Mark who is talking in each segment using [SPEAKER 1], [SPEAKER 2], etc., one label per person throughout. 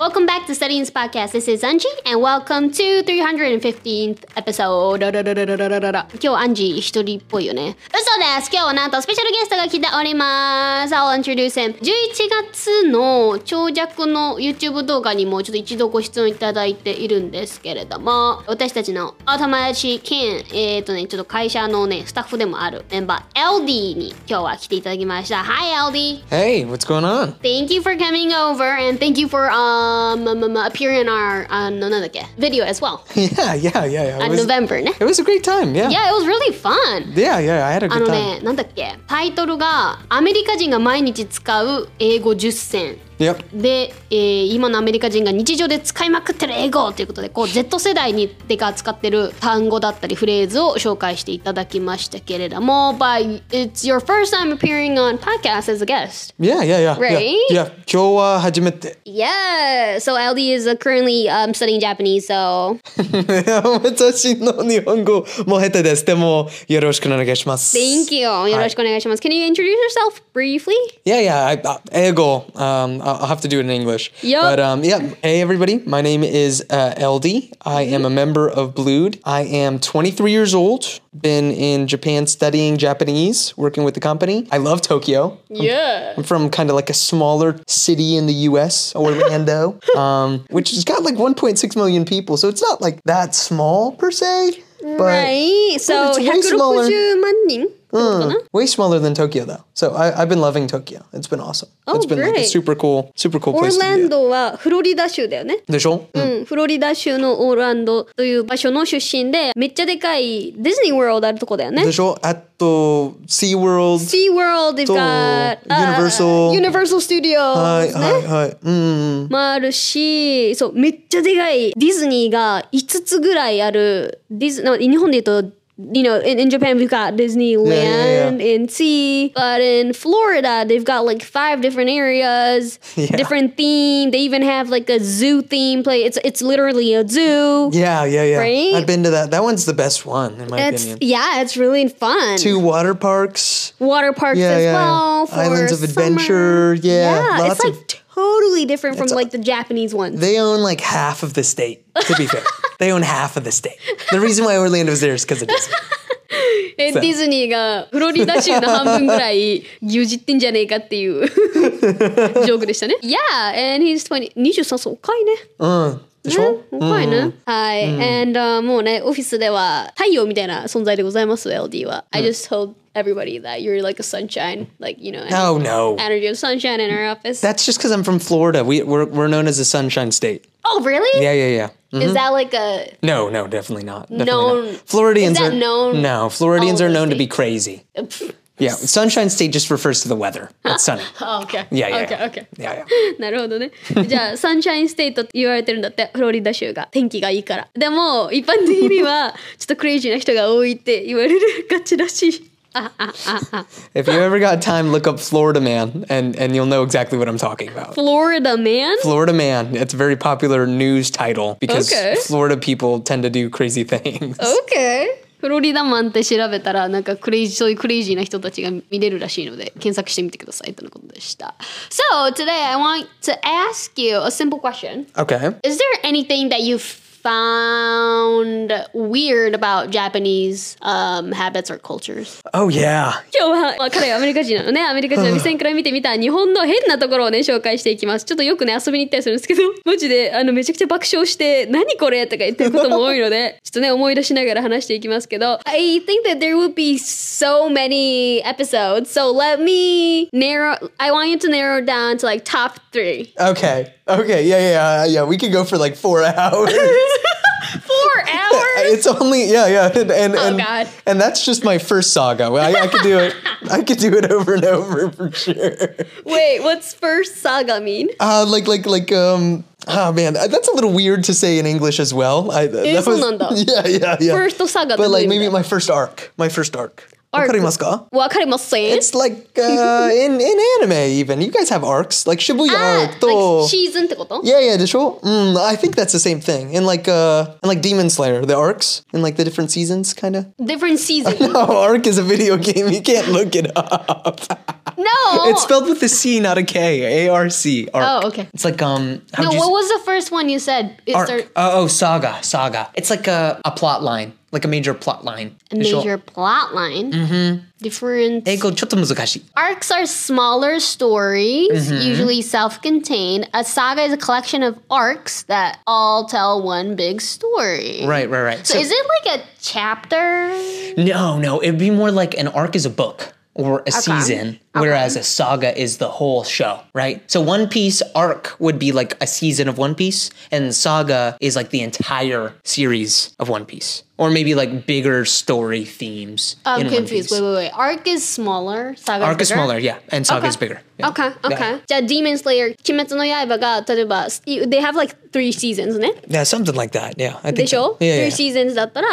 [SPEAKER 1] Welcome back to Studying's Podcast. This is Angie, and welcome to 315th episode. 今日、アンジー一人っぽいよね。嘘です今日はなんとスペシャルゲストが来ております。I'll introduce him. 11月の長尺の YouTube 動画にもちょっと一度ご出演いただいているんですけれども、私たちのお友達兼、えっ、とね、ちょっと会社のね、スタッフでもあるメンバー、LD に今日は来ていただきました。Hi, LD!
[SPEAKER 2] Hey, what's going on?
[SPEAKER 1] Thank you for coming over and thank you for um, um, um, appearing on our on another video as well
[SPEAKER 2] Yeah, yeah, yeah. yeah. It,
[SPEAKER 1] on
[SPEAKER 2] was,
[SPEAKER 1] November ね。
[SPEAKER 2] it was a great time. Yeah.
[SPEAKER 1] Yeah, it was really fun.
[SPEAKER 2] Yeah, yeah. I had a
[SPEAKER 1] あ
[SPEAKER 2] good
[SPEAKER 1] の
[SPEAKER 2] time.
[SPEAKER 1] ね、なんだっけ、タイトルがアメリカ人が毎日使う英語10選。
[SPEAKER 2] Yep.
[SPEAKER 1] で、えー今のアメリカ人が日常で使いまくってる英語ということでこう Z 世代にでが使ってる単語だったりフレーズを紹介していただきましたけれども But it's your first time appearing on podcast as a guest
[SPEAKER 2] Yeah, yeah, yeah.
[SPEAKER 1] Right?
[SPEAKER 2] Yeah. yeah. 今日は初めて。
[SPEAKER 1] Yeah. So LD is uh, currently um, studying Japanese. So
[SPEAKER 2] 私の日本語も下手です。でもよろしくお願いします。
[SPEAKER 1] thank you. よろしくお願いします。Can you introduce yourself briefly?
[SPEAKER 2] Yeah, yeah. I, uh, ego. Um, I'll I'll have to do it in English.
[SPEAKER 1] Yup.
[SPEAKER 2] But um, yeah. Hey, everybody. My name is uh, LD. I am a member of Blood. I am 23 years old. Been in Japan studying Japanese, working with the company. I love Tokyo.
[SPEAKER 1] Yeah.
[SPEAKER 2] I'm from kind of like a smaller city in the U.S., Orlando, um, which has got like 1.6 million people. So it's not like that small per se, but
[SPEAKER 1] Right. So
[SPEAKER 2] But it's way smaller.
[SPEAKER 1] 160万人。
[SPEAKER 2] way smaller than Tokyo though. So I, I've been loving Tokyo. It's been awesome.
[SPEAKER 1] Oh,
[SPEAKER 2] it's been like a
[SPEAKER 1] great.
[SPEAKER 2] super cool, super cool
[SPEAKER 1] オー
[SPEAKER 2] place to
[SPEAKER 1] ラ
[SPEAKER 2] be.
[SPEAKER 1] ン
[SPEAKER 2] At.
[SPEAKER 1] ドはフロリダ州だよね。
[SPEAKER 2] でしょ、うん
[SPEAKER 1] うん、フロリダ州のオーランドという場所の出身で、めっちゃでかいディズニーワールドあるとこだよね
[SPEAKER 2] で。しょあと、Sea World。
[SPEAKER 1] Sea World, they've
[SPEAKER 2] そう
[SPEAKER 1] got
[SPEAKER 2] Universal
[SPEAKER 1] Universal Studios
[SPEAKER 2] はい
[SPEAKER 1] ね
[SPEAKER 2] はいはい。うん。
[SPEAKER 1] もあるし、そう、めっちゃでかいディズニーが5つぐらいある、ディズなんか日本で言うと、You know, in, in Japan, we've got Disneyland
[SPEAKER 2] Yeah, yeah,
[SPEAKER 1] and sea, but in Florida, they've got like five different areas,
[SPEAKER 2] Yeah.
[SPEAKER 1] different theme. They even have like a zoo theme play. It's it's literally a zoo.
[SPEAKER 2] Yeah, yeah, yeah.
[SPEAKER 1] Right?
[SPEAKER 2] I've been to that. That one's the best one in my
[SPEAKER 1] It's
[SPEAKER 2] opinion.
[SPEAKER 1] yeah, it's really fun.
[SPEAKER 2] Two water parks.
[SPEAKER 1] Water parks
[SPEAKER 2] Yeah,
[SPEAKER 1] as
[SPEAKER 2] yeah,
[SPEAKER 1] well. For
[SPEAKER 2] Islands of
[SPEAKER 1] summer.
[SPEAKER 2] Adventure, yeah,
[SPEAKER 1] yeah, it's
[SPEAKER 2] lots
[SPEAKER 1] like
[SPEAKER 2] of-
[SPEAKER 1] totally different from
[SPEAKER 2] It's a-
[SPEAKER 1] like the Japanese ones.
[SPEAKER 2] They own like half of the state, to be fair. they own half of the state. The reason why Orlando's there is because of Disney.
[SPEAKER 1] えディズニーがフロリダ州の半分ぐらい牛耳ってんじゃねえかっていう ジョークでしたね。Yeah, and he's 20 23歳、若いね。
[SPEAKER 2] うん。でしょ、
[SPEAKER 1] 若いね。はい。And、uh, もうね、オフィスでは太陽みたいな存在でございます、LD は。I just told everybody that you're like a sunshine, like, you know,
[SPEAKER 2] Oh, no.
[SPEAKER 1] energy of sunshine in our office.
[SPEAKER 2] That's just because I'm from Florida. We, we're, we're known as the Sunshine State.
[SPEAKER 1] oh, really?
[SPEAKER 2] Yeah, yeah, yeah. Mm.
[SPEAKER 1] Is that like a
[SPEAKER 2] No, no, definitely not. Definitely
[SPEAKER 1] Known-
[SPEAKER 2] Not. Floridians
[SPEAKER 1] Is that
[SPEAKER 2] are
[SPEAKER 1] known?
[SPEAKER 2] No, Floridians
[SPEAKER 1] All
[SPEAKER 2] are
[SPEAKER 1] over the
[SPEAKER 2] known to be
[SPEAKER 1] state.
[SPEAKER 2] crazy. Yeah, Sunshine State just refers to the weather. It's sunny.
[SPEAKER 1] Okay.
[SPEAKER 2] Yeah, yeah,
[SPEAKER 1] okay,
[SPEAKER 2] yeah.
[SPEAKER 1] okay.
[SPEAKER 2] Yeah, yeah.
[SPEAKER 1] なるほどね。じゃあ、サンシャインステートって言われてるんだって、フロリダ州が。天気がいいから。でも、一般的には、ちょっとクレイジーな人が多いって言われるがちらしい。ああああ。
[SPEAKER 2] If you ever got time, look up Florida Man, and and you'll know exactly what I'm talking about.
[SPEAKER 1] フロリダ man?
[SPEAKER 2] Florida Man. It's a very popular news title because
[SPEAKER 1] Okay.
[SPEAKER 2] Florida people tend to do crazy things.
[SPEAKER 1] Okay. フロリダマンって調べたらなんかクレイジーそういうクレイジーな人たちが見れるらしいので検索してみてくださいとのことでした。So today I want to ask you a simple question.
[SPEAKER 2] Okay.
[SPEAKER 1] Is there anything that you found weird about Japanese um, habits or cultures?
[SPEAKER 2] Oh yeah.
[SPEAKER 1] 今日は、まあ、彼はアメリカ人なのね。アメリカ人の目線から見てみた日本の変なところをね、紹介していきます。ちょっとよくね、遊びに行ったりするんですけど、マジで、あの、めちゃくちゃ爆笑して、何これとか言ってることも多いので、ちょっとね、思い出しながら話していきますけど。I think that there would be so many episodes, so let me narrow, I want you to narrow down to like top three.
[SPEAKER 2] Okay. Okay. Yeah. Yeah. Yeah. yeah. We could go for like four hours.
[SPEAKER 1] Four hours!
[SPEAKER 2] it's only yeah. Yeah. And and and,
[SPEAKER 1] Oh, God.
[SPEAKER 2] and that's just my first saga. Well, I, I could do it. I could do it over and over for sure.
[SPEAKER 1] Wait, what's first saga mean?
[SPEAKER 2] Uh, like like like um. Oh man, Uh, that's a little weird to say in English as well. I, uh, that
[SPEAKER 1] Eh, そうなんだ。
[SPEAKER 2] yeah, yeah, yeah.
[SPEAKER 1] First saga
[SPEAKER 2] but
[SPEAKER 1] ってどういう意味だ？
[SPEAKER 2] like maybe my first arc, my first arc.
[SPEAKER 1] Arc。
[SPEAKER 2] わかりますか？
[SPEAKER 1] わかりません
[SPEAKER 2] It's like uh, in in anime even. You guys have arcs like Shibuya
[SPEAKER 1] あ
[SPEAKER 2] arc
[SPEAKER 1] ー、
[SPEAKER 2] to.
[SPEAKER 1] シーズンってこと
[SPEAKER 2] yeah, yeah, でしょ? Mm, I think that's the same thing. And like uh and like Demon Slayer, the arcs in like the different seasons kind of.
[SPEAKER 1] different season.
[SPEAKER 2] Oh, arc is a video game. You can't look it up.
[SPEAKER 1] No.
[SPEAKER 2] It's spelled with a C, not a K. A R C. arc.
[SPEAKER 1] Oh, okay.
[SPEAKER 2] It's like um.
[SPEAKER 1] No,
[SPEAKER 2] how'd you
[SPEAKER 1] what
[SPEAKER 2] s-
[SPEAKER 1] was the first one you said? It
[SPEAKER 2] arc?
[SPEAKER 1] start-
[SPEAKER 2] oh, oh, saga, saga. It's like a a plot line, like a major plot line.
[SPEAKER 1] a major plot line. Mm-hmm. Different
[SPEAKER 2] 英語ちょっと難しい。
[SPEAKER 1] arcs are smaller stories,
[SPEAKER 2] Mm-hmm.
[SPEAKER 1] usually self-contained. A saga is a collection of arcs that all tell one big story.
[SPEAKER 2] Right, right, right.
[SPEAKER 1] So, is it like a chapter?
[SPEAKER 2] No, no. It'd be more like an arc is a book or a season, whereas a saga is the whole show, right? So One Piece arc would be like a season of One Piece, and saga is like the entire series of One Piece, or maybe like bigger story themes.
[SPEAKER 1] I'm
[SPEAKER 2] in One
[SPEAKER 1] confused.
[SPEAKER 2] Piece.
[SPEAKER 1] Wait, wait, wait. Arc is smaller. Saga
[SPEAKER 2] Arc is
[SPEAKER 1] Oh, bigger?
[SPEAKER 2] smaller, yeah, and saga is bigger. yeah.
[SPEAKER 1] Okay,
[SPEAKER 2] Yeah.
[SPEAKER 1] okay. じゃあ Demon Slayer 鬼滅の刃が例えば they have like three seasons ね。
[SPEAKER 2] Yeah, something like that. Yeah, I think.
[SPEAKER 1] でしょ
[SPEAKER 2] Yeah, yeah, Hmm.
[SPEAKER 1] ?three seasons だったら、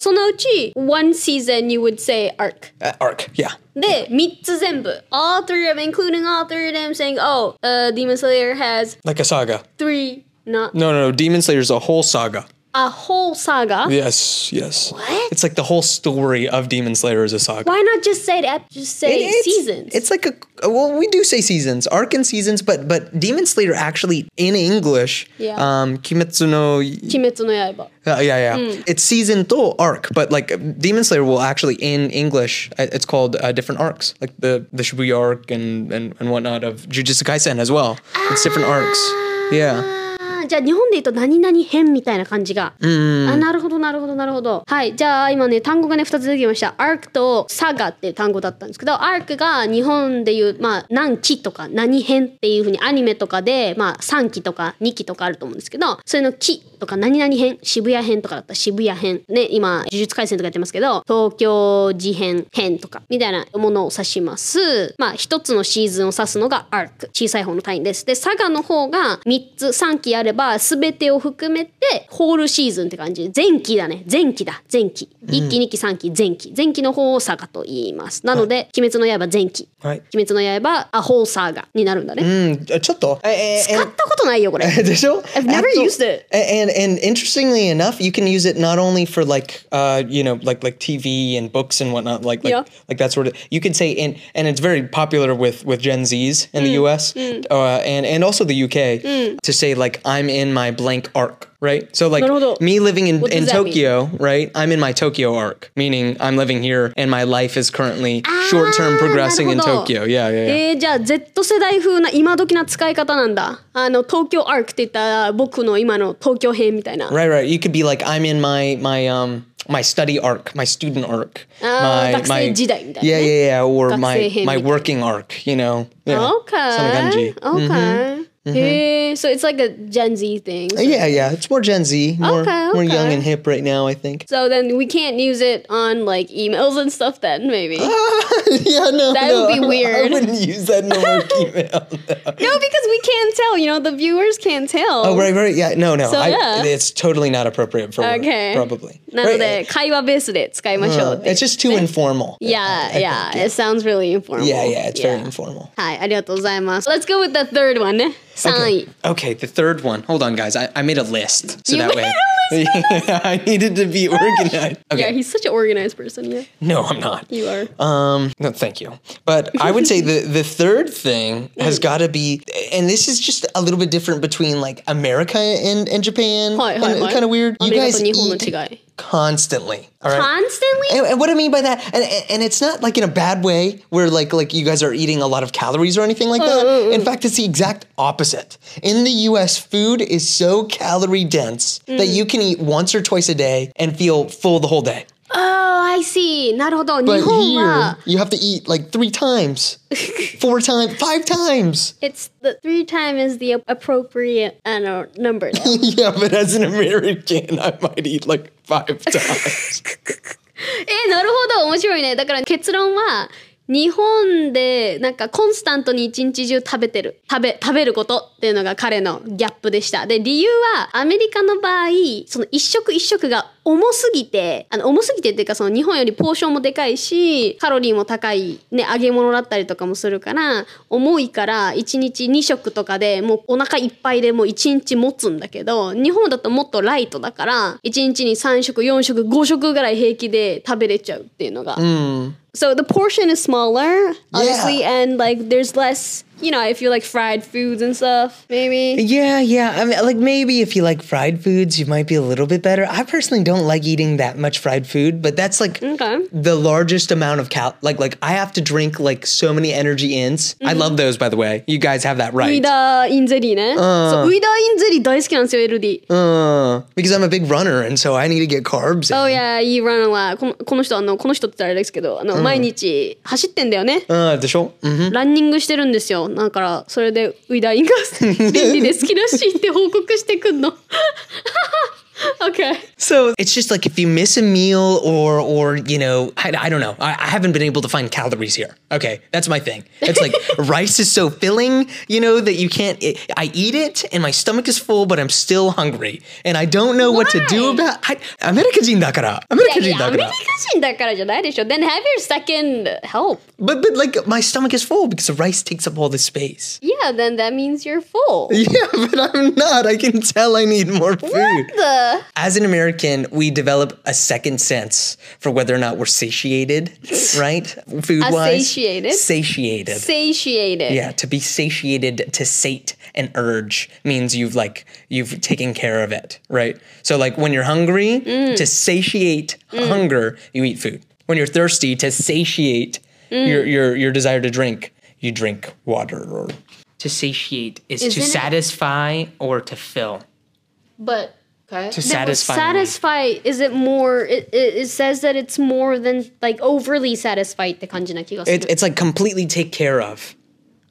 [SPEAKER 1] そのうち one season you would say arc。
[SPEAKER 2] yeah. Uh, arc. Yeah.
[SPEAKER 1] で、3つ全部。all three of including all three of them saying, oh, uh, Demon Slayer has
[SPEAKER 2] Like a saga.
[SPEAKER 1] three, not
[SPEAKER 2] No, no, no. Demon Slayer is a whole saga.
[SPEAKER 1] a whole saga.
[SPEAKER 2] Yes, yes.
[SPEAKER 1] What?
[SPEAKER 2] It's like the whole story of Demon Slayer is a saga.
[SPEAKER 1] Why not just say that? Just
[SPEAKER 2] It-
[SPEAKER 1] say
[SPEAKER 2] it's,
[SPEAKER 1] seasons.
[SPEAKER 2] It's like a well, we do say seasons, arc and seasons, but but Demon Slayer actually in English,
[SPEAKER 1] Yeah.
[SPEAKER 2] um, Kimetsu no, uh,
[SPEAKER 1] 鬼滅の刃。
[SPEAKER 2] yeah, yeah,
[SPEAKER 1] Hmm.
[SPEAKER 2] it's season to arc, but like uh, Demon Slayer will actually in English, uh, it's called uh, different arcs, like the the Shibuya arc and and, and whatnot of Jujutsu Kaisen as well. It's different arcs, yeah.
[SPEAKER 1] あーじゃあ日本で言うと何々編みたいな感じが。あなるほどなるほどなるほど。はいじゃあ今ね単語がね2つ出てきました。アークとサガっていう単語だったんですけどアークが日本でいうまあ何期とか何編っていうふうにアニメとかでまあ3期とか2期とかあると思うんですけどそれの期とか何々編渋谷編とかだったら渋谷編ね今呪術廻戦とかやってますけど東京事変編とかみたいなものを指します。まあ一つのシーズンを指すのがアーク小さい方の単位です。でサガの方が3つ3期あれば全てを含めてホールシーズンって感じ前期だね前期だ前期1期2期3期前期前期の方をサガと言いますなので「鬼滅の刃」前期「
[SPEAKER 2] はい
[SPEAKER 1] 鬼滅の刃」アホーサガになるんだね、
[SPEAKER 2] Mm, uh, ちょっと, uh, uh,
[SPEAKER 1] 使
[SPEAKER 2] and-
[SPEAKER 1] ったことないよこれ
[SPEAKER 2] でしょ
[SPEAKER 1] I've never
[SPEAKER 2] Actual-
[SPEAKER 1] used it.
[SPEAKER 2] A- And and interestingly enough, you can use it not only for like uh you know like like TV and books and whatnot like like,
[SPEAKER 1] Yeah.
[SPEAKER 2] like that sort of. You can say and and it's very popular with with Gen Zs in the
[SPEAKER 1] Mm.
[SPEAKER 2] U.S. Uh, and and also the U.K. to say like I'm in my blank arc. Right, so like
[SPEAKER 1] なるほど。
[SPEAKER 2] me living in,
[SPEAKER 1] What does
[SPEAKER 2] in
[SPEAKER 1] that mean?
[SPEAKER 2] Tokyo, right? I'm in my Tokyo arc, meaning I'm living here and my life is currently
[SPEAKER 1] Ah,
[SPEAKER 2] short-term progressing in
[SPEAKER 1] なるほど。
[SPEAKER 2] Tokyo. Yeah, yeah, yeah.
[SPEAKER 1] えー、じゃあ Z 世代風な今時な使い方なんだあの東京アークって言ったら僕の今の東京編みたいな
[SPEAKER 2] Right, right. You could be like, I'm in my my um my study arc, my student arc,
[SPEAKER 1] Ah,
[SPEAKER 2] my
[SPEAKER 1] 学生時代みたいなね。
[SPEAKER 2] yeah, yeah, yeah, or my
[SPEAKER 1] 学生編みたいな。
[SPEAKER 2] my working arc. You know, yeah,
[SPEAKER 1] Okay.
[SPEAKER 2] そんな感じ。
[SPEAKER 1] Okay. Hey, so it's like a Gen Z thing. So,
[SPEAKER 2] yeah, yeah. It's more Gen Z, more
[SPEAKER 1] Okay,
[SPEAKER 2] more young
[SPEAKER 1] okay.
[SPEAKER 2] and hip right now. I think.
[SPEAKER 1] so then we can't use it on like emails and stuff then maybe. no,
[SPEAKER 2] yeah, no,
[SPEAKER 1] That
[SPEAKER 2] no,
[SPEAKER 1] would be
[SPEAKER 2] I- I
[SPEAKER 1] weird.
[SPEAKER 2] wouldn't use that in a work email.
[SPEAKER 1] because we can't tell, you know, the viewers can't tell.
[SPEAKER 2] Oh, right, right. Yeah, no, no.
[SPEAKER 1] So,
[SPEAKER 2] I,
[SPEAKER 1] yeah.
[SPEAKER 2] It's totally not appropriate for work,
[SPEAKER 1] Okay.
[SPEAKER 2] probably.
[SPEAKER 1] なので、会話ベースで使いましょう
[SPEAKER 2] Uh,
[SPEAKER 1] って。
[SPEAKER 2] it's just too informal. I- I
[SPEAKER 1] yeah,
[SPEAKER 2] think,
[SPEAKER 1] yeah. It sounds really informal.
[SPEAKER 2] Yeah, yeah. It's very informal.
[SPEAKER 1] はい、ありがとうございます。Let's go with the third one ね。3位。
[SPEAKER 2] Okay, the third one. Hold on, guys. I, I made a list. So
[SPEAKER 1] You
[SPEAKER 2] that
[SPEAKER 1] made
[SPEAKER 2] way. Yeah, I needed to be organized.
[SPEAKER 1] Yeah,
[SPEAKER 2] Okay.
[SPEAKER 1] he's such an organized person. Yeah,
[SPEAKER 2] no, I'm not.
[SPEAKER 1] you are.
[SPEAKER 2] Um, no, thank you. But I would say the, the third thing
[SPEAKER 1] Mm.
[SPEAKER 2] has got to be, and this is just a little bit different between like America and, and Japan.
[SPEAKER 1] はいはいはい。
[SPEAKER 2] Kind of weird.
[SPEAKER 1] ア
[SPEAKER 2] You
[SPEAKER 1] メリカと
[SPEAKER 2] guys
[SPEAKER 1] 日本の
[SPEAKER 2] eat
[SPEAKER 1] 違い。
[SPEAKER 2] constantly. All right.
[SPEAKER 1] Constantly?
[SPEAKER 2] And, and what I mean by that, and, and, and it's not like in a bad way where like like you guys are eating a lot of calories or anything like that. In fact, it's the exact opposite. In the U.S., food is so calorie dense that you can eat once or twice a day and feel full the whole day.
[SPEAKER 1] Oh, I see. なるほど。日
[SPEAKER 2] But
[SPEAKER 1] 本
[SPEAKER 2] here,
[SPEAKER 1] は。
[SPEAKER 2] you have to eat like three times, four times, five times.
[SPEAKER 1] It's the three time is the appropriate I don't know, number. though.
[SPEAKER 2] yeah, but as an American, I might eat like five times.
[SPEAKER 1] えなるほど面白いね。だから結論は日本でなんかコンスタントに一日中食べてる食べ食べることっていうのが彼のギャップでした。で理由はアメリカの場合その一食一食が重すぎてあの重すぎてっていうかその日本よりポーションもでかいしカロリーも高いね揚げ物だったりとかもするから重いから1日2食とかでもうお腹いっぱいでもう1日持つんだけど日本だともっとライトだから1日に3食4食5食ぐらい平気で食べれちゃうっていうのが So the portion is smaller, obviously,
[SPEAKER 3] Yeah.
[SPEAKER 1] and like there's less, you know, if you like fried foods and stuff, maybe.
[SPEAKER 2] Yeah, yeah. I mean, like maybe if you like fried foods, you might be a little bit better. I personally don't like eating that much fried food, but that's like
[SPEAKER 1] Okay.
[SPEAKER 2] the largest amount of cal. Like, like I have to drink like so many energy ins.
[SPEAKER 1] Mm-hmm.
[SPEAKER 2] I love those, by the way. You guys have that right.
[SPEAKER 1] ウイダーインゼリーね。そう、ウイダーインゼリー大好きなんですよ、LD。
[SPEAKER 2] Uh, because I'm a big runner, and so I need to get carbs. in.
[SPEAKER 1] Oh yeah, you run a lot. このこの人、あの、この人ってあれですけど、あの、毎日走ってんだよね。
[SPEAKER 2] Uh, the show. hmm
[SPEAKER 1] ランニングしてるんですよ。だから、それでウイダーインが 便利で好きらしいって報告してくんの。okay.
[SPEAKER 2] So it's just like if you miss a meal, or or you know, I, I don't know. I, I haven't been able to find calories here. Okay, that's my thing. It's like rice is so filling, you know, that you can't. It, I eat it, and my stomach is full, but I'm still hungry, and I don't know what to do
[SPEAKER 1] Why?
[SPEAKER 2] about. I, American 人だから. American
[SPEAKER 1] いや、アメリカ
[SPEAKER 2] 人だから.
[SPEAKER 1] 人だからじゃないでしょ。Then have your second help.
[SPEAKER 2] But but like my stomach is full because the rice takes up all the space.
[SPEAKER 1] Yeah, then that means you're full.
[SPEAKER 2] Yeah, but I'm not. I can tell I need more food.
[SPEAKER 1] What the?
[SPEAKER 2] as an American, we develop a second sense for whether or not we're satiated, right? Food wise.
[SPEAKER 1] satiated?
[SPEAKER 2] Satiated.
[SPEAKER 1] Satiated.
[SPEAKER 2] yeah, to be satiated, to sate an urge means you've like you've taken care of it, right? So like when you're hungry,
[SPEAKER 1] Mm.
[SPEAKER 2] to satiate hunger, you eat food. When you're thirsty, to satiate
[SPEAKER 1] Mm.
[SPEAKER 2] your, your your desire to drink, you drink water or
[SPEAKER 4] To satiate is
[SPEAKER 1] Isn't
[SPEAKER 4] to
[SPEAKER 1] it-
[SPEAKER 4] satisfy or to fill.
[SPEAKER 1] But okay.
[SPEAKER 4] To satisfy.
[SPEAKER 1] satisfy is it more it, it, it says that it's more than like overly satisfied って感じな気がする。
[SPEAKER 2] it, it's like completely take care of.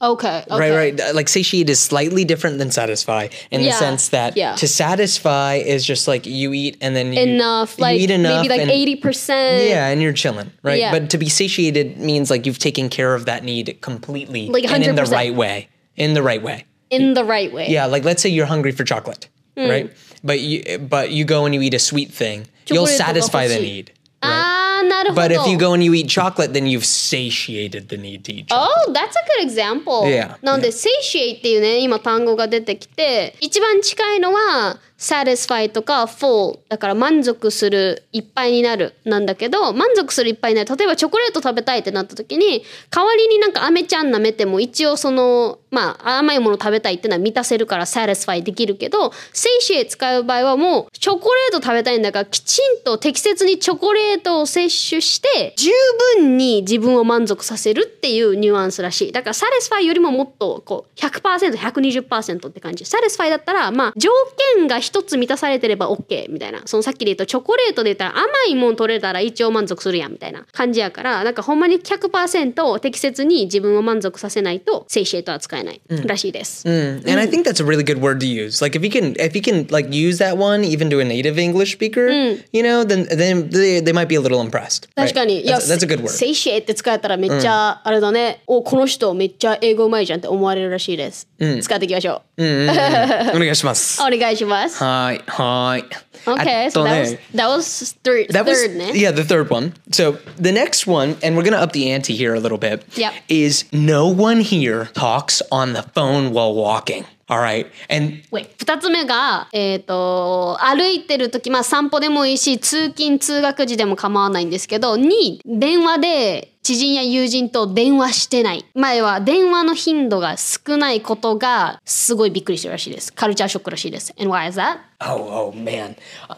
[SPEAKER 1] okay, okay.
[SPEAKER 2] Right, right. Like satiate is slightly different than satisfy in the
[SPEAKER 1] Yeah,
[SPEAKER 2] sense that
[SPEAKER 1] yeah.
[SPEAKER 2] to satisfy is just like you eat and then you,
[SPEAKER 1] Enough,
[SPEAKER 2] you
[SPEAKER 1] like
[SPEAKER 2] eat enough
[SPEAKER 1] maybe like
[SPEAKER 2] and,
[SPEAKER 1] eighty percent.
[SPEAKER 2] yeah, and you're chilling, right?
[SPEAKER 1] Yeah.
[SPEAKER 2] But to be satiated means like you've taken care of that need completely
[SPEAKER 1] Like
[SPEAKER 2] and in the
[SPEAKER 1] 100%.
[SPEAKER 2] right way. In the right way.
[SPEAKER 1] in the right way.
[SPEAKER 2] Yeah, like let's say you're hungry for chocolate, right? But you but you go and you eat a sweet thing, you'll
[SPEAKER 1] Hmm. Chocolate とか欲しい。
[SPEAKER 2] satisfy the need.
[SPEAKER 1] あーなるほど。
[SPEAKER 2] But if you go and you eat chocolate, then you've satiated the need to eat chocolate.
[SPEAKER 1] Oh, that's a good example.
[SPEAKER 2] Yeah.
[SPEAKER 1] なので、satiate っていうね、今単語が出てきて、一番近いのは、satisfy とか full。だから満足する、いっぱいになるなんだけど、満足するいっぱいになる。例えばチョコレート食べたいってなった時に、代わりになんか飴ちゃん舐めても一応その、まあ甘いもの食べたいってのは満たせるから satisfy できるけど、satiate 使う場合はもう、チョコレート食べたいんだから、きちんと適切にチョコレートを摂取して、十分に自分を満足させるっていうニュアンスらしい。だから、サレスファイよりももっと、こう、100%、120%って感じ。サレスファイだったら、まあ、条件が一つ満たされてれば OK みたいな。そのさっきで言ったチョコレートで言ったら甘いもん取れたら一応満足するやんみたいな感じやから、なんかほんまに100%適切に自分を満足させないと、セイシエイトは使えないらしいです。
[SPEAKER 2] And
[SPEAKER 1] Mm.
[SPEAKER 2] I think that's a really good word to use. Like if you can if you can like use that one even to a native English speaker,
[SPEAKER 1] Mm.
[SPEAKER 2] you know, then then they, they might be a little impressed. right?
[SPEAKER 1] 確かに、
[SPEAKER 2] That's, that's a good word.
[SPEAKER 1] セイシエって使えたらめっちゃ、あれだね。お、この人めっちゃ英語うまいじゃんって思われるらしいです。使っていきましょう。
[SPEAKER 2] お願いします。
[SPEAKER 1] お願いします。
[SPEAKER 2] はい、はい。
[SPEAKER 1] Oh. Okay, so that was
[SPEAKER 2] あとね、
[SPEAKER 1] that was third
[SPEAKER 2] That was
[SPEAKER 1] third ね。
[SPEAKER 2] yeah, the third one. So the next one, and we're gonna up the ante here a little bit.
[SPEAKER 1] Yep.
[SPEAKER 2] Is no one here talks on the phone while walking. All right, and
[SPEAKER 1] 二つ目がえっ、と歩いてる時まあ散歩でもいいし通勤通学時でも構わないんですけどに電話で知人や友人と電話してない前は電話の頻度が少ないことがすごいびっくりしてるらしいですカルチャーショックらしいです and why is that
[SPEAKER 2] oh oh man,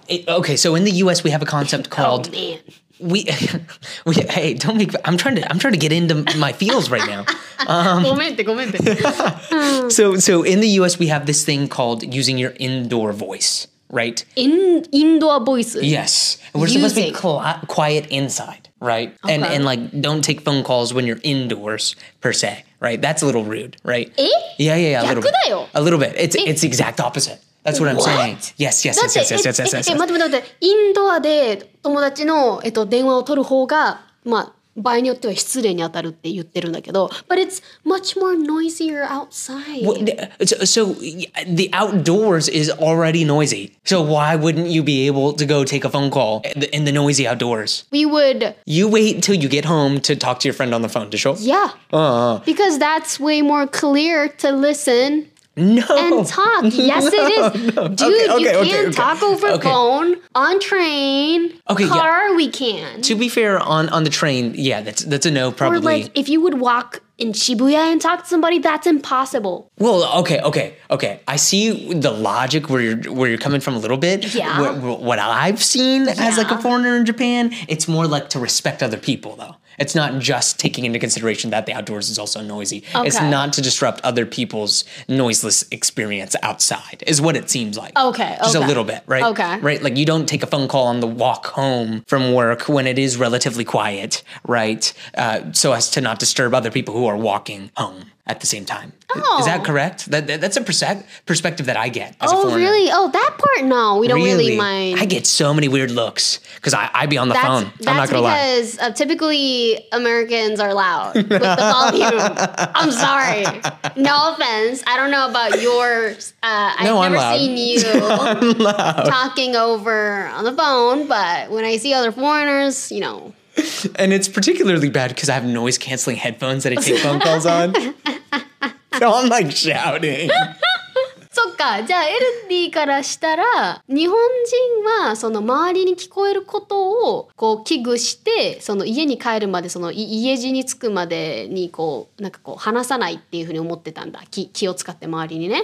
[SPEAKER 2] It- okay. So in the U.S. we have a concept
[SPEAKER 1] Oh,
[SPEAKER 2] called
[SPEAKER 1] man
[SPEAKER 2] we we hey don't make i'm trying to i'm trying to get into my feels right now
[SPEAKER 1] ごめんってご めんって
[SPEAKER 2] so so in the us we have this thing called using your indoor voice right
[SPEAKER 1] インインドアボイス
[SPEAKER 2] yes And we're supposed to be
[SPEAKER 1] Using.
[SPEAKER 2] cli- quiet inside right and
[SPEAKER 1] Okay.
[SPEAKER 2] and like don't take phone calls when you're indoors per se right that's a little rude right
[SPEAKER 1] Eh?
[SPEAKER 2] yeah yeah yeah a little bit
[SPEAKER 1] 逆だよ。
[SPEAKER 2] a little bit it's it's the exact opposite that's what i'm
[SPEAKER 1] What?
[SPEAKER 2] saying yes yes
[SPEAKER 1] だっ
[SPEAKER 2] yes
[SPEAKER 1] て
[SPEAKER 2] yes
[SPEAKER 1] え
[SPEAKER 2] yes yes yes,
[SPEAKER 1] ええ
[SPEAKER 2] yes, yes.
[SPEAKER 1] 待って待って待ってインドアで友達の、えっと、電話を取る方がまあ場合によっては失礼に当たるって言ってるんだけど But it's much more noisier outside
[SPEAKER 2] Well, n- So, so y- the outdoors is already noisy. So why wouldn't you be able to go take a phone call in the, in the noisy outdoors?
[SPEAKER 1] We would
[SPEAKER 2] You wait till you get home to talk to your friend on the phone, to show.
[SPEAKER 1] yeah because that's way more clear to listen
[SPEAKER 2] No.
[SPEAKER 1] and talk. Yes, it is. Dude, you
[SPEAKER 2] okay, okay,
[SPEAKER 1] can't
[SPEAKER 2] okay.
[SPEAKER 1] talk over
[SPEAKER 2] Okay.
[SPEAKER 1] phone on train.
[SPEAKER 2] Okay, yeah.
[SPEAKER 1] car we can.
[SPEAKER 2] to be fair, on on the train, yeah, that's that's a
[SPEAKER 1] or
[SPEAKER 2] no probably.
[SPEAKER 1] like if you would walk in Shibuya and talk to somebody, that's impossible.
[SPEAKER 2] Well, okay, okay, okay. I see the logic where you're where you're coming from a little bit.
[SPEAKER 1] Yeah.
[SPEAKER 2] What, what I've seen as like
[SPEAKER 1] Yeah.
[SPEAKER 2] a foreigner in Japan, it's more like to respect other people though. It's not just taking into consideration that the outdoors is also noisy. It's
[SPEAKER 1] Okay.
[SPEAKER 2] not to disrupt other people's noiseless experience outside, is what it seems like.
[SPEAKER 1] Okay,
[SPEAKER 2] Just
[SPEAKER 1] okay.
[SPEAKER 2] a little bit, right?
[SPEAKER 1] Okay.
[SPEAKER 2] Right? Like you don't take a phone call on the walk home from work when it is relatively quiet, right? Uh, so as to not disturb other people who are walking home at the same time. Is
[SPEAKER 1] Oh.
[SPEAKER 2] that correct? That, that- that's a perse- perspective that I get as a
[SPEAKER 1] Oh,
[SPEAKER 2] foreigner.
[SPEAKER 1] really? Oh, that part? No, we don't really, mind.
[SPEAKER 2] I get so many weird looks because I, I be on the
[SPEAKER 1] that's,
[SPEAKER 2] phone.
[SPEAKER 1] that's
[SPEAKER 2] I'm not gonna lie.
[SPEAKER 1] because uh, typically Americans are loud with the volume. I'm sorry. No offense. I don't know about yours. Uh, I've
[SPEAKER 2] No, I'm
[SPEAKER 1] never
[SPEAKER 2] loud.
[SPEAKER 1] seen you talking over on the phone, but when I see other foreigners, you know,
[SPEAKER 2] And it's particularly bad because I have noise canceling headphones that I take phone calls on. So I'm like shouting.
[SPEAKER 1] そっかじゃあエルディからしたら日本人はその周りに聞こえることをこう危惧してその家に帰るまでそのい家路に着くまでにこうなんかこう話さないっていうふうに思ってたんだ気気を使って周りにね。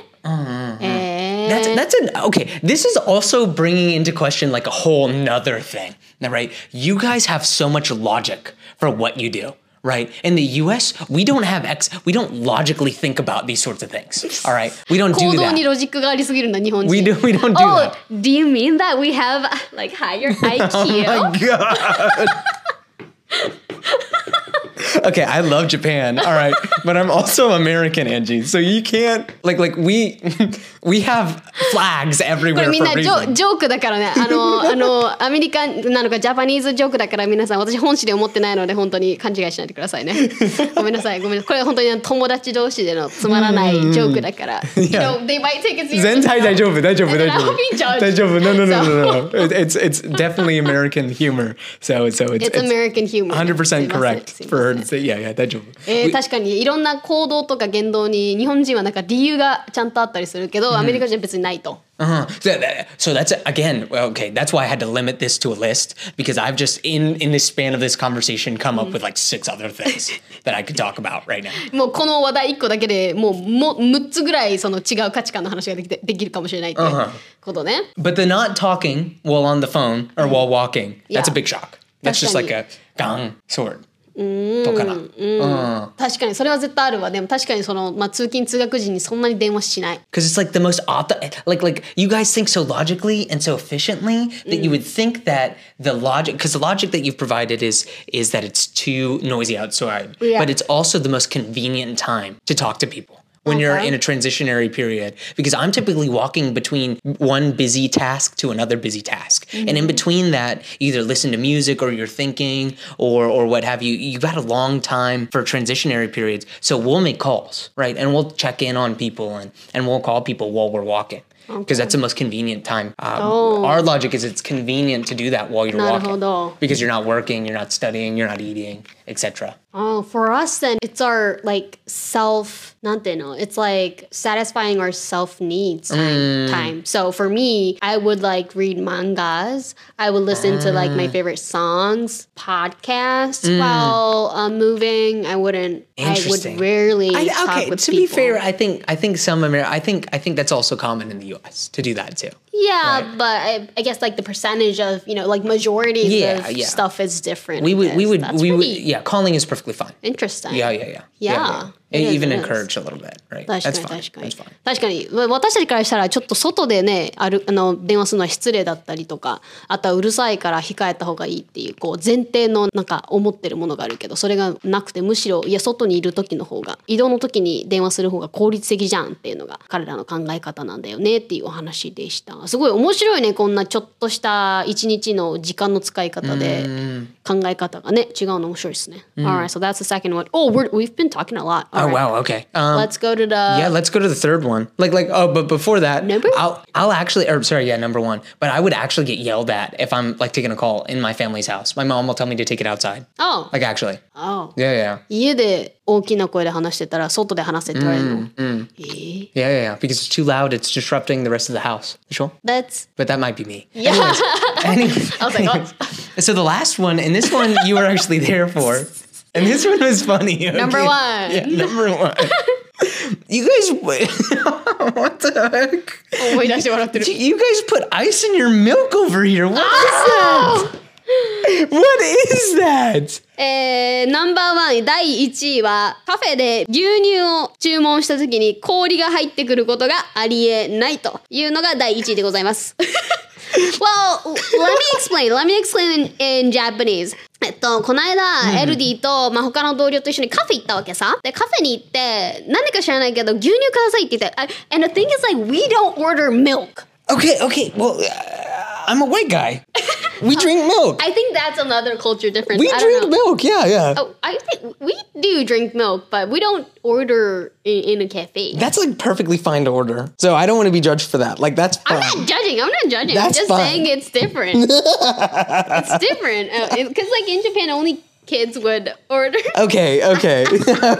[SPEAKER 1] えー
[SPEAKER 2] That's that's an okay. This is also bringing into question like a whole nother thing, now, right? You guys have so much logic for what you do, right? In the U.S., we don't have ex. We don't logically think about these sorts of things. All right, we don't
[SPEAKER 1] 行
[SPEAKER 2] do
[SPEAKER 1] 動に
[SPEAKER 2] that.
[SPEAKER 1] ロジックがありすぎるんだ日本人。
[SPEAKER 2] We do. We don't do
[SPEAKER 1] Oh,
[SPEAKER 2] that.
[SPEAKER 1] do you mean that we have like higher IQ?
[SPEAKER 2] okay, I love Japan. All right, but I'm also American, Angie. So you can't like like we we have flags
[SPEAKER 1] こ
[SPEAKER 2] everywhere
[SPEAKER 1] れ
[SPEAKER 2] for
[SPEAKER 1] みんな
[SPEAKER 2] a
[SPEAKER 1] ジョ
[SPEAKER 2] reason.
[SPEAKER 1] ジョークだからねあの あのアメリカンなのかジャパニーズジョークだから皆さん私本誌で思ってないので本当に勘違いしないでくださ いねごめんなさいごめんなさいこれ本当に友達同士でのつまらないジョークだから you know, they might take it seriously.
[SPEAKER 2] 全体大丈夫大丈夫
[SPEAKER 1] And then
[SPEAKER 2] 大丈
[SPEAKER 1] I'll be
[SPEAKER 2] 夫
[SPEAKER 1] judged.
[SPEAKER 2] 大丈夫 no no no no no It- it's it's definitely American humor so so it's
[SPEAKER 1] It's American humor
[SPEAKER 2] 100 percent
[SPEAKER 1] すい
[SPEAKER 2] correct
[SPEAKER 1] ません
[SPEAKER 2] for her
[SPEAKER 1] すいません
[SPEAKER 2] to say yeah yeah 大丈夫
[SPEAKER 1] えー
[SPEAKER 2] We-
[SPEAKER 1] 確かにいろんな行動とか言動に日本人はなんか理由がちゃんとあったりするけどアメリカ人は別にないと
[SPEAKER 2] Uh-huh. So, that- so that's again well, okay. That's why I had to limit this to a list because I've just in in the span of this conversation come up with like six other things that I could talk about right now.
[SPEAKER 1] もうこの話題1個だけでもうも6つぐらいその違う価値観の話ができてできるかもしれないってことね。
[SPEAKER 2] But the not talking while on the phone or while walking that's a
[SPEAKER 1] Yeah.
[SPEAKER 2] big shock. That's just like a gong sword. Tokana.
[SPEAKER 1] 確かにそれは絶対あるわでも確かにその、まあ、通勤通学時にそんなに電話しない
[SPEAKER 2] because it's like the most opti- like like you guys think so logically and so efficiently that you would think that the logic because the logic that you've provided is is that it's too noisy outside
[SPEAKER 1] Yeah.
[SPEAKER 2] but it's also the most convenient time to talk to people when you're
[SPEAKER 1] Okay.
[SPEAKER 2] in a transitionary period because i'm typically walking between one busy task to another busy task and
[SPEAKER 1] Mm-hmm.
[SPEAKER 2] in between that you either listen to music or you're thinking or or what have you you've got a long time for transitionary periods so we'll make calls right and we'll check in on people and and we'll call people while we're walking because that's the most convenient time um,
[SPEAKER 1] Oh.
[SPEAKER 2] our logic is it's convenient to do that while you're
[SPEAKER 1] Naruhodo.
[SPEAKER 2] walking because you're not working you're not studying you're not eating etc
[SPEAKER 1] Oh, for us then it's our like self なんていうの It's like satisfying our self needs time, time. So for me, I would like read mangas. I would listen to like my favorite songs, podcasts while uh, moving. I wouldn't. I
[SPEAKER 2] Interesting.
[SPEAKER 1] would rarely talk with
[SPEAKER 2] to
[SPEAKER 1] people.
[SPEAKER 2] be fair, I think I think some Amer- I think I think that's also common in the U.S. to do that too.
[SPEAKER 1] Yeah, but I, I guess like the percentage of you know like majority
[SPEAKER 2] Yeah,
[SPEAKER 1] of
[SPEAKER 2] yeah.
[SPEAKER 1] stuff is different.
[SPEAKER 2] We would we
[SPEAKER 1] Yes,
[SPEAKER 2] would
[SPEAKER 1] that's
[SPEAKER 2] we would
[SPEAKER 1] pretty
[SPEAKER 2] yeah, calling is perfectly fine.
[SPEAKER 1] interesting.
[SPEAKER 2] Yeah, yeah, yeah.
[SPEAKER 1] Yeah, it
[SPEAKER 2] And
[SPEAKER 1] is,
[SPEAKER 2] even
[SPEAKER 1] it is.
[SPEAKER 2] encourage a little bit, right?
[SPEAKER 1] 確か
[SPEAKER 2] That's
[SPEAKER 1] に確
[SPEAKER 2] fine.
[SPEAKER 1] かに
[SPEAKER 2] That's fine.
[SPEAKER 1] 確かにわ私たちからしたらちょっと外でねあるあの電話するのは失礼だったりとかあとはうるさいから控えた方がいいっていうこう前提のなんか思ってるものがあるけどそれがなくてむしろいや外にいる時の方が移動の時に電話する方が効率的じゃんっていうのが彼らの考え方なんだよねっていうお話でしたすごい面白いねこんなちょっとした一日の時間の使い方で考え方がね違うの面白いですね、Alright so that's the second one oh we're, we've been talking a lot All
[SPEAKER 2] Oh
[SPEAKER 1] right.
[SPEAKER 2] wow. Okay. Um,
[SPEAKER 1] Let's go to the.
[SPEAKER 2] yeah. Let's go to the third one. Like like oh, but before that,
[SPEAKER 1] Number?
[SPEAKER 2] I'll I'll actually or sorry yeah number one. But I would actually get yelled at if I'm like taking a call in my family's house. My mom will tell me to take it outside.
[SPEAKER 1] Oh.
[SPEAKER 2] Like actually.
[SPEAKER 1] oh.
[SPEAKER 2] Yeah yeah.
[SPEAKER 1] 家で大きな声で話してたら外で話せって言われるの。えー
[SPEAKER 2] Yeah, yeah, yeah. Because it's too loud, it's disrupting the rest of the house. Sure.
[SPEAKER 1] That's
[SPEAKER 2] But that might be me.
[SPEAKER 1] yeah.
[SPEAKER 2] Anyways,
[SPEAKER 1] I was like, oh.
[SPEAKER 2] so the last one, and this one you were actually there for. And this one was funny. okay?
[SPEAKER 1] Number one.
[SPEAKER 2] Yeah, number one. you guys, what the heck?
[SPEAKER 1] 思い出して笑 ってる。
[SPEAKER 2] You guys put ice in your milk over here. What
[SPEAKER 1] Ah!
[SPEAKER 2] is that? What is that?
[SPEAKER 1] えー、ナンバーワン第1位はカフェで牛乳を注文した時に氷が入ってくることがありえないというのが第1位でございます Well, let me explain. Let me explain in, in Japanese. えっと、この間、エルディと、まあ、他の同僚と一緒にカフェ行ったわけさ。で、カフェに行って、何でか知らないけど、牛乳くださいって言って、あ and the thing is like, we don't order milk.
[SPEAKER 2] Okay, okay. Well, uh, I'm a white guy. We drink milk.
[SPEAKER 1] I think that's another culture difference.
[SPEAKER 3] We
[SPEAKER 1] I don't
[SPEAKER 3] drink
[SPEAKER 1] know.
[SPEAKER 3] milk. Yeah, yeah.
[SPEAKER 1] Oh, I think we do drink milk, but we don't order in, in a cafe.
[SPEAKER 3] That's like perfectly fine to order. So I don't want to be judged for that. Like that's
[SPEAKER 1] I'm
[SPEAKER 3] fine.
[SPEAKER 1] not judging. I'm not judging. I'm
[SPEAKER 3] That's
[SPEAKER 1] just
[SPEAKER 3] fine.
[SPEAKER 1] saying it's different. it's different because, like in Japan, only kids would order.
[SPEAKER 3] Okay, okay,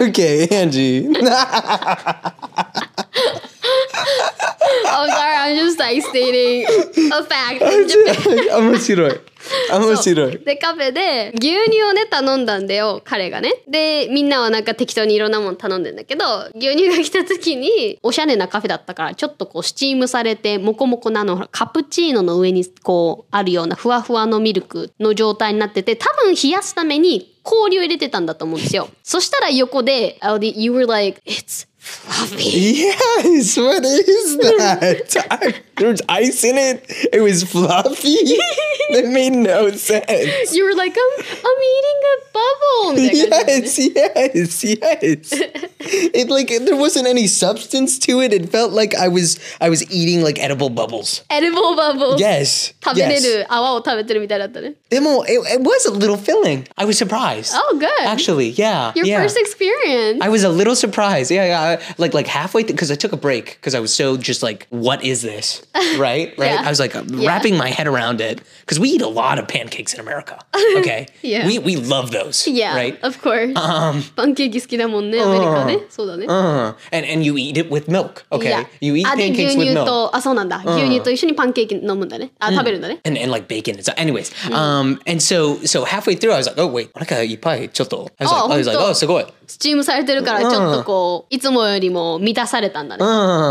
[SPEAKER 3] okay, Angie.
[SPEAKER 1] I'm Oh, sorry. I'm just like stating a fact. In Japan,
[SPEAKER 3] 面白い。面白い。
[SPEAKER 1] でカフェで牛乳をね頼んだんだよ彼がねでみんなはなんか適当にいろんなもの頼んでんだけど牛乳が来た時におしゃれなカフェだったからちょっとこうスチームされてモコモコなあのほらカプチーノの上にこうあるようなふわふわのミルクの状態になってて多分冷やすために氷を入れてたんだと思うんで すよそしたら横で Aldi you were like it's fluffy
[SPEAKER 3] Yes, what is that? I, there was ice in it. It was fluffy. that made no sense.
[SPEAKER 1] you were like I'm, I'm eating a bubble みたいな感じで
[SPEAKER 3] Yes, yes, yes. It like there wasn't any substance to it. It felt like I was I was eating like edible bubbles.
[SPEAKER 1] edible bubble
[SPEAKER 3] Yes.
[SPEAKER 1] 食べれ
[SPEAKER 3] yes.
[SPEAKER 1] る泡を食べてるみたいだったね
[SPEAKER 3] Demo, it, it was a little filling.
[SPEAKER 2] I was surprised.
[SPEAKER 1] Oh, good.
[SPEAKER 2] Actually, yeah.
[SPEAKER 1] Your
[SPEAKER 2] yeah.
[SPEAKER 1] first experience.
[SPEAKER 2] I was a little surprised. Yeah, yeah. I- Like like halfway because I took a break because I was so just like, what is this? Right, right.
[SPEAKER 1] Yeah.
[SPEAKER 2] I was like uh, wrapping my head around it because we eat a lot of pancakes in America. Okay.
[SPEAKER 1] Yeah.
[SPEAKER 2] We we love those.
[SPEAKER 1] yeah,
[SPEAKER 2] Right. Um,
[SPEAKER 1] of course. パンケーキ好きだもんね、アメリカね。そうだね。
[SPEAKER 2] Uh, and and you eat it with milk. Okay.
[SPEAKER 1] Yeah.
[SPEAKER 2] You eat
[SPEAKER 1] あ、で、牛
[SPEAKER 2] pancakes with
[SPEAKER 1] 乳
[SPEAKER 2] milk.
[SPEAKER 1] と、あ、そうなんだ。牛乳と一緒にパンケーキ飲むんだね。あ、食べるんだね。
[SPEAKER 2] and, and like bacon and stuff. Anyways, um, and so so halfway through, I was like, oh wait, お腹いっぱいちょっと. I was like,
[SPEAKER 1] Oh,
[SPEAKER 2] I was like,
[SPEAKER 1] 本当。
[SPEAKER 2] oh, すごい.
[SPEAKER 1] スチームされてるから、ちょっとこう、いつもよりも満たされたんだね。Oh,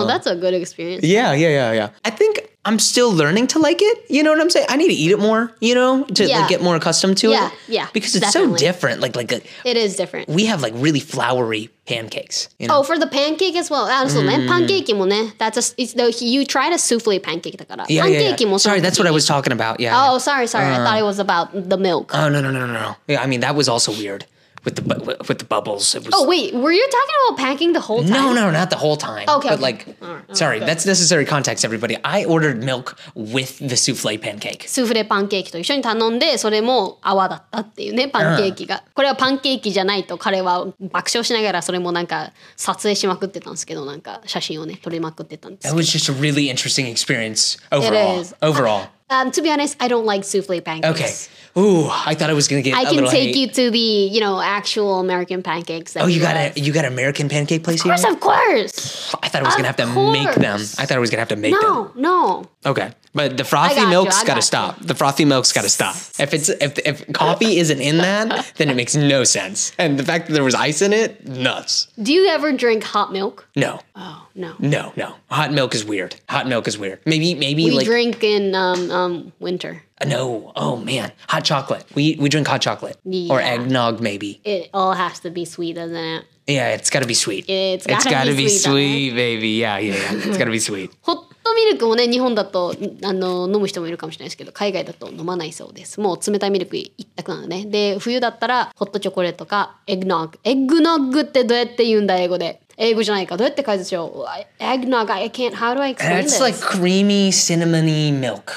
[SPEAKER 2] Uh,
[SPEAKER 1] that's a good experience.
[SPEAKER 2] Yeah, yeah, yeah, yeah. I think I'm still learning to like it. You know what I'm saying? I need to eat it more. You know, to
[SPEAKER 1] Yeah.
[SPEAKER 2] like get more accustomed to
[SPEAKER 1] Yeah,
[SPEAKER 2] it.
[SPEAKER 1] yeah,
[SPEAKER 2] Because it's
[SPEAKER 1] definitely.
[SPEAKER 2] so different. Like like uh,
[SPEAKER 1] It is different.
[SPEAKER 2] we have like really floury pancakes. You know?
[SPEAKER 1] Oh, for the pancake as well. あ、そう
[SPEAKER 2] Mm.
[SPEAKER 1] ね。パンケーキもね。That's a, it's the, you tried a souffle pancake だから。
[SPEAKER 2] yeah,
[SPEAKER 1] パン
[SPEAKER 2] yeah,
[SPEAKER 1] ケー
[SPEAKER 2] yeah.
[SPEAKER 1] キも
[SPEAKER 2] Sorry, that's what I Uh. was talking about. Yeah. yeah.
[SPEAKER 1] Oh, sorry, sorry. I thought it was about the milk.
[SPEAKER 2] Oh no no no no no. Yeah, I mean that was also weird with the bu- with the bubbles. It was.
[SPEAKER 1] Oh, wait. Were you talking about packing the whole time?
[SPEAKER 2] No, no, not the whole time.
[SPEAKER 1] Okay,
[SPEAKER 2] But
[SPEAKER 1] okay.
[SPEAKER 2] like,
[SPEAKER 1] All right, all
[SPEAKER 2] sorry,
[SPEAKER 1] right,
[SPEAKER 2] that's necessary context, everybody. I ordered milk with the souffle pancake.
[SPEAKER 1] スフレパンケーキと一緒に頼んでそれも泡だったっていうねパンケーキが、これはパンケーキじゃないと彼は爆笑しながらそれもなんか撮影しまくってたんですけどなんか写真をね撮りまくってたんです
[SPEAKER 2] That was just a really interesting experience overall.
[SPEAKER 1] is.
[SPEAKER 2] Overall.
[SPEAKER 1] Um, to be honest, I don't like souffle pancakes.
[SPEAKER 2] Okay. Ooh, I thought I was gonna get.
[SPEAKER 1] I
[SPEAKER 2] a
[SPEAKER 1] can
[SPEAKER 2] little
[SPEAKER 1] take
[SPEAKER 2] hate.
[SPEAKER 1] you to the, you know, actual American pancakes. that
[SPEAKER 2] Oh,
[SPEAKER 1] we
[SPEAKER 2] you got
[SPEAKER 1] love.
[SPEAKER 2] a you got an American pancake place here.
[SPEAKER 1] Of course, of course.
[SPEAKER 2] I thought I was gonna have
[SPEAKER 1] Of
[SPEAKER 2] to make them.
[SPEAKER 1] course.
[SPEAKER 2] I thought I was gonna have to make them.
[SPEAKER 1] No, no.
[SPEAKER 2] Okay, but the
[SPEAKER 1] I got
[SPEAKER 2] frothy
[SPEAKER 1] you,
[SPEAKER 2] milk's
[SPEAKER 1] I
[SPEAKER 2] got
[SPEAKER 1] got
[SPEAKER 2] to stop. The frothy milk's got to stop. If it's if if coffee isn't in that, then it makes no sense. And the fact that there was ice in it, nuts.
[SPEAKER 1] Do you ever drink hot milk?
[SPEAKER 2] No,
[SPEAKER 1] Oh, no.
[SPEAKER 2] no, no. Hot milk is weird. Hot milk is weird. Maybe maybe
[SPEAKER 1] We
[SPEAKER 2] like
[SPEAKER 1] drink in um, um, winter.
[SPEAKER 2] no. Oh man, hot chocolate. We we drink hot chocolate or
[SPEAKER 1] Yeah.
[SPEAKER 2] eggnog maybe.
[SPEAKER 1] It all has to be sweet, doesn't it?
[SPEAKER 2] Yeah, it's got to be sweet.
[SPEAKER 1] It's
[SPEAKER 2] it's
[SPEAKER 1] gotta
[SPEAKER 2] got to
[SPEAKER 1] be
[SPEAKER 2] be
[SPEAKER 1] sweet, don't it?
[SPEAKER 2] sweet, baby. Yeah, yeah, yeah. It's got to be sweet.
[SPEAKER 1] ホットミルクもね日本だとんあの飲む人もいるかもしれないですけど海外だと飲まないそうですもう冷たいミルク一択なのねで冬だったらホットチョコレートかエッグノッグエッグノッグってどうやって言うんだ英語で英語じゃないかどうやって解説しようエッグノッグ I can't how do I explain
[SPEAKER 2] That's
[SPEAKER 1] this
[SPEAKER 2] like creamy, cinnamony milk.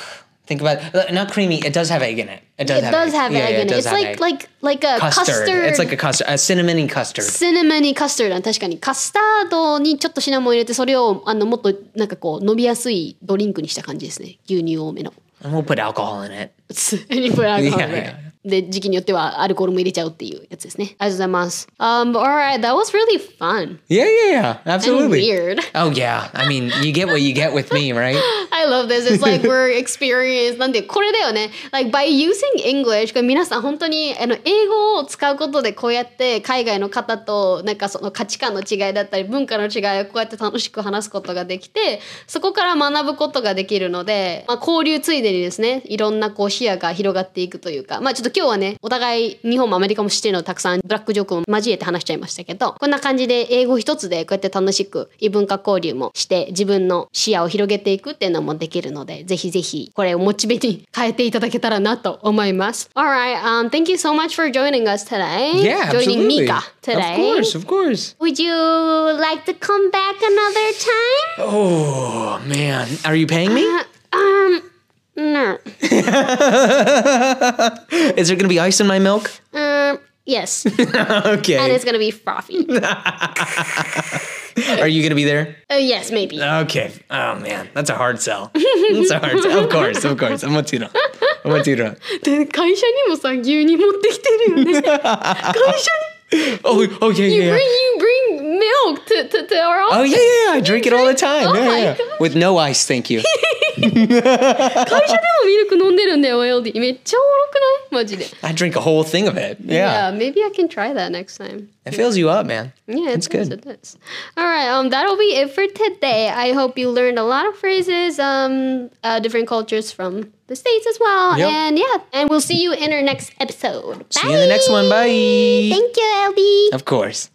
[SPEAKER 2] Think about it. Not creamy. It does have egg in it. It does
[SPEAKER 1] it
[SPEAKER 2] have
[SPEAKER 1] does
[SPEAKER 2] egg.
[SPEAKER 1] have
[SPEAKER 2] Yeah,
[SPEAKER 1] egg
[SPEAKER 2] yeah,
[SPEAKER 1] in it.
[SPEAKER 2] does
[SPEAKER 1] It's
[SPEAKER 2] have
[SPEAKER 1] like
[SPEAKER 2] egg.
[SPEAKER 1] like like a
[SPEAKER 2] custard.
[SPEAKER 1] custard.
[SPEAKER 2] It's like a custard, a cinnamony custard.
[SPEAKER 1] シナモニーカスタード確かにカスタードにちょっとシナモン入れてそれをあのもっとなんかこう飲みやすいドリンクにした感じですね牛乳多めの
[SPEAKER 2] And we'll put alcohol in it.
[SPEAKER 1] エニプラーカー
[SPEAKER 2] いやいや
[SPEAKER 1] で。で時期によってはアルコールも入れちゃうっていうやつですねありがとうございます、um, Alright that was really fun
[SPEAKER 2] Yeah, yeah, yeah. Absolutely.
[SPEAKER 1] and weird
[SPEAKER 2] Oh yeah. I mean, you get what you get with me, right?
[SPEAKER 1] I love this. It's like we're experienced. なんで、これだよね。Like, by using English, これ皆さん本当に、あの、英語を使うことで、こうやって海外の方と、なんかその価値観の違いだったり、文化の違いをこうやって楽しく話すことができて、そこから学ぶことができるので、まあ、交流ついでにですね、いろんなこう視野が広がっていくというか、まあ、ちょっと今日はね、お互い日本もアメリカも知ってるのをたくさん、ブラックジョークも交えて話しちゃいましたけど、こんな感じで英語一つでこうやって楽しく異文化交流もして、自分の視野を広げていくっていうのもできるので、ぜひぜひこれをモチベに変えていただけたらなと思います。Alright,、um, thank you so much for joining us today.
[SPEAKER 2] Yeah,
[SPEAKER 1] joining
[SPEAKER 2] absolutely.
[SPEAKER 1] Mika
[SPEAKER 2] Of
[SPEAKER 1] today.
[SPEAKER 2] course, of course.
[SPEAKER 1] Would you like to come back another time?
[SPEAKER 2] Oh man, are you paying me?
[SPEAKER 1] Um, no.
[SPEAKER 2] Is there gonna be ice in my milk?
[SPEAKER 1] Um, yes. And
[SPEAKER 2] Okay.
[SPEAKER 1] it's gonna be frothy.
[SPEAKER 2] Are you gonna be there?
[SPEAKER 1] Uh, yes, maybe.
[SPEAKER 2] Okay. Oh man, that's a hard sell. That's a hard sell. Of course, of course. I'm a tutor. I'm a tutor.
[SPEAKER 1] で会社にもさ牛乳持ってきてるよね 会社
[SPEAKER 2] Oh, oh yeah,
[SPEAKER 1] に you
[SPEAKER 2] yeah.
[SPEAKER 1] bring,
[SPEAKER 2] yeah.
[SPEAKER 1] you bring milk to, to, to our
[SPEAKER 2] Oh
[SPEAKER 1] office
[SPEAKER 2] yeah, yeah, yeah. I drink it all the time.
[SPEAKER 1] Oh
[SPEAKER 2] yeah,
[SPEAKER 1] my
[SPEAKER 2] yeah.
[SPEAKER 1] gosh.
[SPEAKER 2] With no ice, thank you.
[SPEAKER 1] 会社でもミルク飲んでるんだよ LD めっちゃおもろくないマジで
[SPEAKER 2] I drink a whole thing of it. Yeah.
[SPEAKER 1] maybe I can try that next time
[SPEAKER 2] It fills you up, man.
[SPEAKER 1] Yeah, it
[SPEAKER 2] That's
[SPEAKER 1] does,
[SPEAKER 2] good.
[SPEAKER 1] It does. All right, um, that'll be it for today. I hope you learned a lot of phrases, um, uh, different cultures from the states as well.
[SPEAKER 2] Yep.
[SPEAKER 1] And yeah, and we'll see you in our next episode.
[SPEAKER 2] See you in the next one. Bye.
[SPEAKER 1] Thank you, LD.
[SPEAKER 2] Of course.